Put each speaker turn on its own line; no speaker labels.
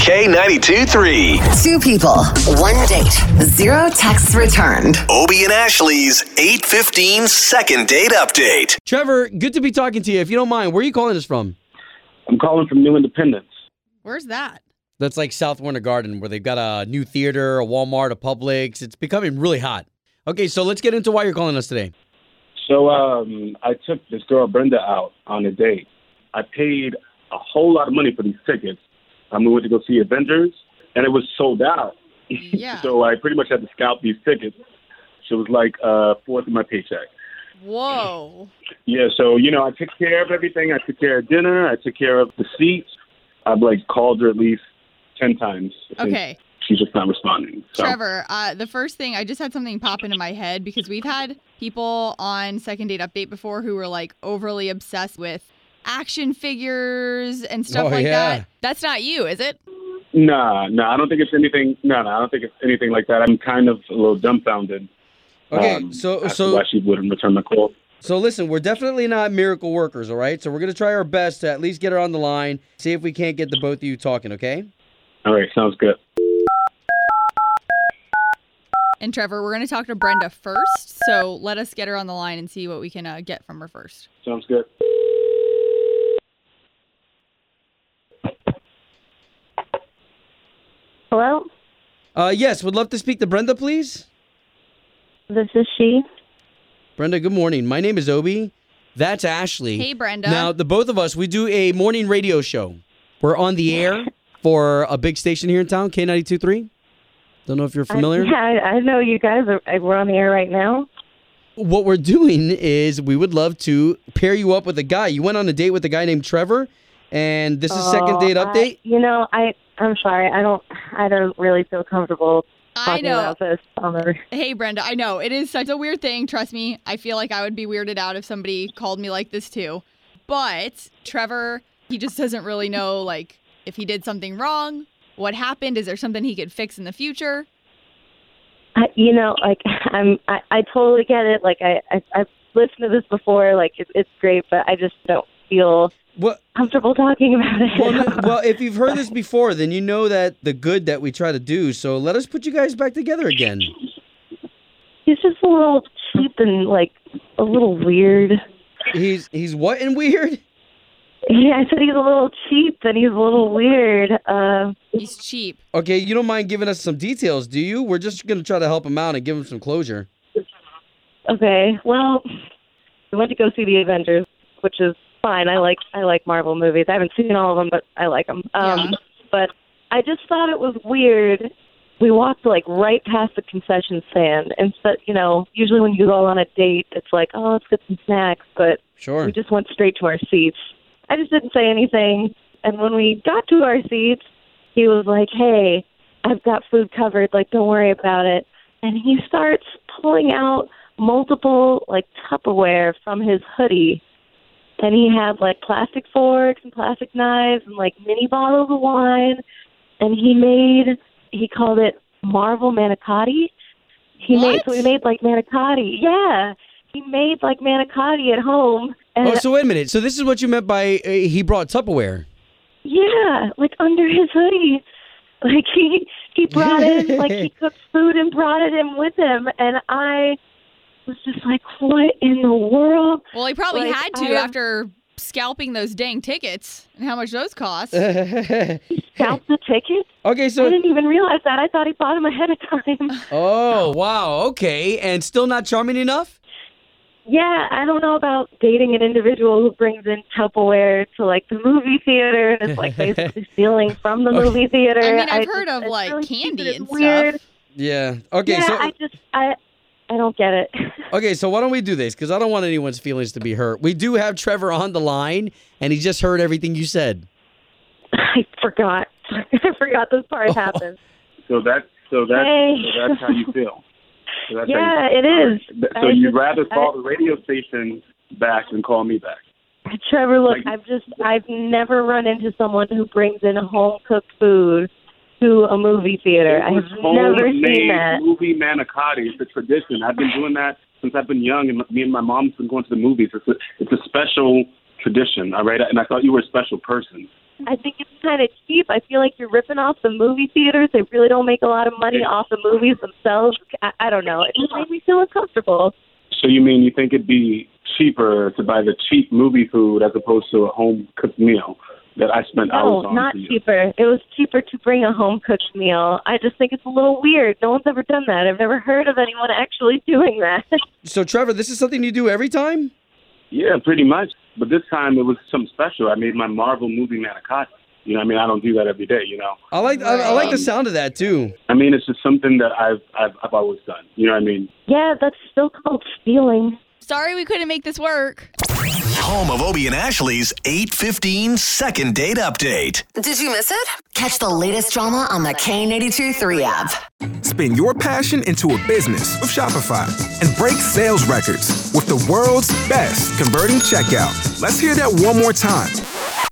K92 3.
Two people, one date, zero texts returned.
Obie and Ashley's 815 second date update.
Trevor, good to be talking to you. If you don't mind, where are you calling us from?
I'm calling from New Independence.
Where's that?
That's like South Winter Garden, where they've got a new theater, a Walmart, a Publix. It's becoming really hot. Okay, so let's get into why you're calling us today.
So um, I took this girl Brenda out on a date. I paid a whole lot of money for these tickets. Um, we went to go see Avengers, and it was sold out.
Yeah.
So I pretty much had to scalp these tickets. So it was like uh, fourth of my paycheck.
Whoa.
Yeah. So you know, I took care of everything. I took care of dinner. I took care of the seats. I've like called her at least ten times. and
Okay.
She's just not responding. So.
Trevor, uh, the first thing I just had something pop into my head because we've had people on second date update before who were like overly obsessed with action figures and stuff
Oh,
like
yeah.
that. That's not you, is it?
Nah, nah. I don't think it's anything. No, nah, no. I don't think it's anything like that. I'm kind of a little dumbfounded.
Okay,
um,
so-
as to
so-
why she wouldn't return my call?
So listen, we're definitely not miracle workers, all right? So we're gonna try our best to at least get her on the line, see if we can't get the both of you talking, okay?
All right, sounds good.
And Trevor, we're going to talk to Brenda first. So let us get her on the line and see what we can uh, get from her first.
Sounds good.
Hello,
Uh, yes, would love to speak to Brenda, please.
this is she.
Brenda, good morning. My name is Obi. That's Ashley.
Hey, Brenda.
Now, the both of us, we do a morning radio show. We're on the air for a big station here in town, K92.3. Don't know if you're familiar.
I, I, I know you guys are. I- We're on the air right now.
What we're doing is we would love to pair you up with a guy. You went on a date with a guy named Trevor, and this is second
Oh,
date
I-
update.
you know, I I'm sorry. I don't. I don't really feel comfortable
I
talking
know.
about this on the.
Hey, Brenda, I know it is such a weird thing. Trust me, I feel like I would be weirded out if somebody called me like this too. But Trevor, he just doesn't really know, like, if he did something wrong, what happened, is there something he could fix in the future?
I, you know, like I'm. I, I totally get it. Like I, I I've listened to this before. Like it's it's great, but I just don't feel
What?
comfortable talking about it.
Well, no- well, if you've heard this before, then you know that the good that we try to do. So let us put you guys back together again.
He's just a little cheap and like a little weird.
He's he's what and weird.
Yeah, I said he's a little cheap and he's a little weird. Um.
He's cheap.
Okay, you don't mind giving us some details, do you? We're just gonna try to help him out and give him some closure.
Okay. Well, we went to go see the Avengers, which is fine. I like I like Marvel movies. I haven't seen all of them, but I like them.
Yeah.
Um, But I just thought it was weird. We walked like right past the concession stand, and so you know, usually when you go on a date, it's like, oh, let's get some snacks, but
Sure.
we just went straight to our seats. I just didn't say anything. And when we got to our seats, he was like, Hey, I've got food covered. Like, don't worry about it. And he starts pulling out multiple, like, Tupperware from his hoodie. And he had, like, plastic forks and plastic knives and, like, mini bottles of wine. And he made, he called it Marvel manicotti. He made, so he
What?
made, like, manicotti. Yeah. He made, like, manicotti at home. And
Oh, so wait a minute. So this is what you meant by uh, he brought Tupperware.
Yeah, like under his hoodie. Like he he brought in like he cooked food and brought it in with him and I was just like, What in the world?
Well, he probably
Like,
had
I
to
don't-
after scalping those dang tickets and how much those cost.
okay,
Scalped the ticket? I
so
didn't even realize that. I thought he bought him ahead of time.
oh wow, okay, and still not charming enough.
yeah, I don't know about dating an individual who brings in Tupperware to like the movie theater and it's like basically stealing from the movie theater.
I mean, I've
just-
heard of
it's
like
really stupid
candy and
weird.
stuff.
Yeah. Okay.
yeah,
so
I just I I don't get it.
okay, so why don't we do this? Because I don't want anyone's feelings to be hurt. We do have Trevor on the line, and he just heard everything you said.
I forgot. I forgot this part happened.
So that so that
Hey.
so that's how you feel. So that's how you-
Yeah, it is.
Th-
I
So
was
you'd
just-
rather
I-
call the radio station back than call me back.
Trevor, look,
Like-
I've just I've never run into someone who brings in home cooked food to a movie theater.
It
I've
was
never
homemade
seen that.
Movie manicotti. It's a tradition. I've been doing that since I've been young, and me and my mom's been going to the movies. It's a it's a special tradition. All right, and I thought you were a special person.
I think it's kind of cheap. I feel like you're ripping off the movie theaters. They really don't make a lot of money off the movies themselves. I, I don't know. It just made me feel uncomfortable.
So you mean you think it'd be cheaper to buy the cheap movie food as opposed to a home cooked meal that I spent
No,
hours on?
not
for you?
cheaper. It was cheaper to bring a home cooked meal. I just think it's a little weird. No one's ever done that. I've never heard of anyone actually doing that.
So, Trevor, this is something you do every time?
Yeah, pretty much. But this time it was something special. I made my Marvel movie manicotti. You know, what I mean, I don't do that every day. You know,
I like I, I like the sound of that too.
I mean, it's just something that I've I've, I've always done. You know what I mean?
yeah, that's still called stealing.
Sorry we couldn't make this work.
Home of Obie and Ashley's 815 second date update.
Did you miss it? Catch the latest drama on the K82 3 app.
Spin your passion into a business with Shopify and break sales records with the world's best converting checkout. Let's hear that one more time.